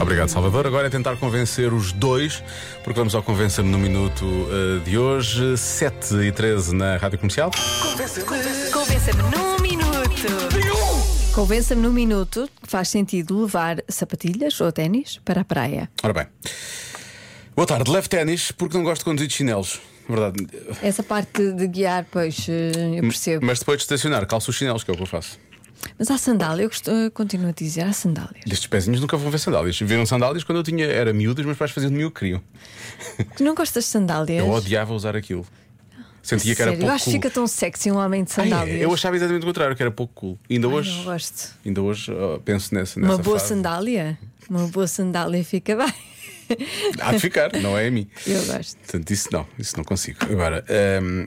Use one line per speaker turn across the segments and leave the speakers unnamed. Obrigado, Salvador. Agora é tentar convencer os dois, porque vamos ao Convencer-me no Minuto eh, de hoje, 7 e 13 na Rádio Comercial.
Convença-me num minuto.
Convença-me num minuto que faz sentido levar sapatilhas ou ténis para a praia.
Ora bem. Boa tarde, levo ténis porque não gosto de conduzir de chinelos. Verdade.
Essa parte de guiar, pois, eh, eu percebo.
Mas depois de estacionar, calço os chinelos, que é o que eu faço.
Mas há sandália, eu gosto- eh, continuo a dizer, há sandálias.
Estes pezinhos nunca vão ver sandálias. Viram sandálias quando eu tinha, era miúdo, os meus pais faziam de mim o que queriam.
Tu não gostas de sandálias?
Eu odiava usar aquilo. Sentia que era
Sério, eu
pouco
acho que
cool.
fica tão sexy um homem de
Ai, é,
sandálias.
eu achava exatamente o contrário, que era pouco cool. Ainda
Ai,
hoje,
não gosto.
ainda hoje oh, penso nessa, nessa
Uma boa
fase.
sandália? Uma boa sandália fica bem.
Há de ficar, não é a mim.
Eu gosto.
Portanto, isso não, isso não consigo. Agora, hum,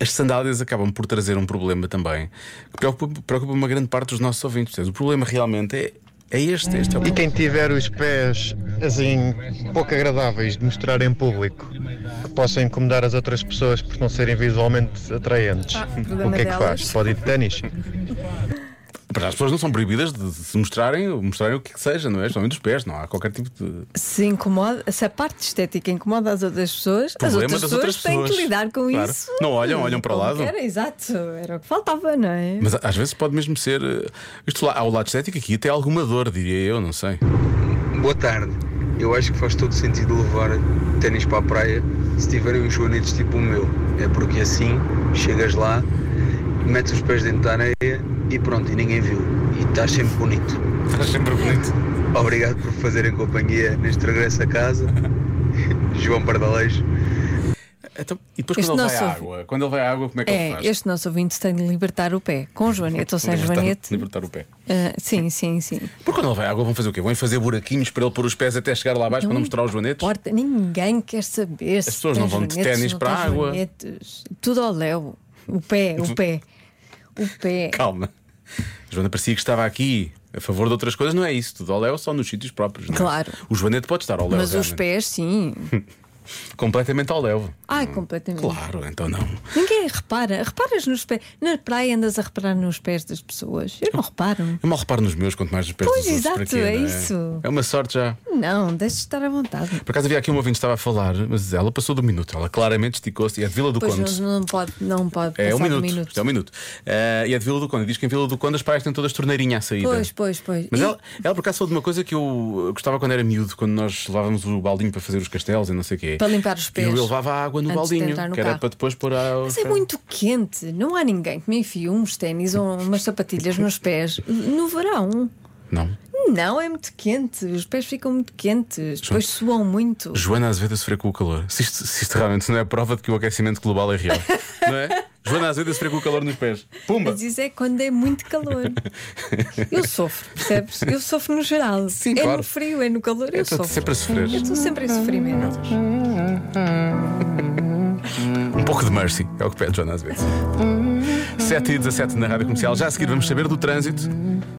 as sandálias acabam por trazer um problema também que preocupa, preocupa uma grande parte dos nossos ouvintes. Portanto, o problema realmente é, é este. este é o
E
problema.
quem tiver os pés assim pouco agradáveis de mostrar em público, que possam incomodar as outras pessoas por não serem visualmente atraentes,
Ah, problema
o que é que
delas.
faz? Pode ir de ténis?
Para as pessoas não são proibidas de de se mostrarem, mostrarem o que, que seja, não é? Somente os pés, não há qualquer tipo de.
Se incomoda, se a parte estética incomoda as outras pessoas, as
Problema das
outras, pessoas,
outras
têm
pessoas.
que lidar com
Claro.
isso.
Não olham, olham para o
Como
lado.
que Era, exato, era o que faltava, não é?
Mas às vezes pode mesmo ser. eh, Isto lá, ao lado estético aqui até alguma dor, diria eu, não sei.
Boa tarde. Eu acho que faz todo sentido levar ténis para a praia se tiverem uns joanetes tipo o meu. É porque assim chegas lá, metes os pés dentro da areia e pronto, e ninguém viu. E estás sempre bonito.
Estás Tá sempre bonito.
Obrigado por fazerem companhia neste regresso a casa. João Pardalejo.
Então, e depois
Este
quando ele vai
nosso
à
ouvi-
água? Quando ele vai à água, como é que ele
É,
faz?
este é nosso ouvinte tem de libertar o pé, com joanete ou sem
Libertar-
joanete.
Libertar o pé.
Ah, sim, sim, sim.
Porque quando ele vai à água vão fazer o quê? Vão fazer buraquinhos para ele pôr os pés até chegar lá abaixo para não mostrar os joanetes?
Porta, ninguém quer saber se
pessoas
tem
não vão de
joanetes,
ténis
não
para
tem
a água.
joanetes. Tudo ao léu. O pé, o pé. O pé.
Calma. A Joana parecia que estava aqui a favor de outras coisas, não é isso? Tudo ao léu só nos sítios próprios. não é?
Claro.
O joanete pode estar ao léu.
Mas os
realmente.
pés, sim.
Completamente ao léu.
Ai, completamente.
Claro, então não.
Ninguém repara. Reparas nos pés. Na praia andas a reparar nos pés das pessoas. Eu não reparo.
Eu mal reparo nos meus, quanto mais nos pés
Pois,
dos outros.
exato,
para quê,
é
não
isso.
É uma sorte já.
Não, deixe de estar à vontade.
Por acaso havia aqui um ouvinte que estava a falar, mas ela passou do minuto. Ela claramente esticou-se e é de Vila do
Pois
Conde.
não, não pode, não pode
É
passar
um
de
minuto. Isto é um minuto. Eh, e é de Vila do Conde. Diz que em Vila do Conde as praias têm todas torneirinha à saída.
Pois, pois, pois.
Mas
E-
ela, ela por acaso falou de uma coisa que eu gostava quando era miúdo, quando nós levávamos o baldinho para fazer os castelos e não sei o quê.
Para limpar os pés.
E eu levava a água no
Antes de
baldinho,
entrar no
que era
carro.
para depois pôr a.
Mas é muito quente. Não há ninguém que me enfie uns ténis ou umas sapatilhas nos pés no verão.
Não.
Não, é muito quente. Os pés ficam muito quentes. Depois suam muito.
Joana Azevedo a sofrer com o calor. Se isto, se isto realmente não é prova de que o aquecimento global é real, não é? Joana Azevedo a sofrer com o calor nos pés. Pumba!
Mas isso é quando é muito calor. Eu sofro, percebes? Eu sofro no geral.
Sim,
é
claro.
no frio, é no calor, eu,
Eu estou
sofro.
sempre a sofrer.
Eu estou sempre em sofrimento.
Um pouco de mercy, é o que pede Joana Azevedo. 7 e 17 na rádio comercial. Já a seguir vamos saber do trânsito.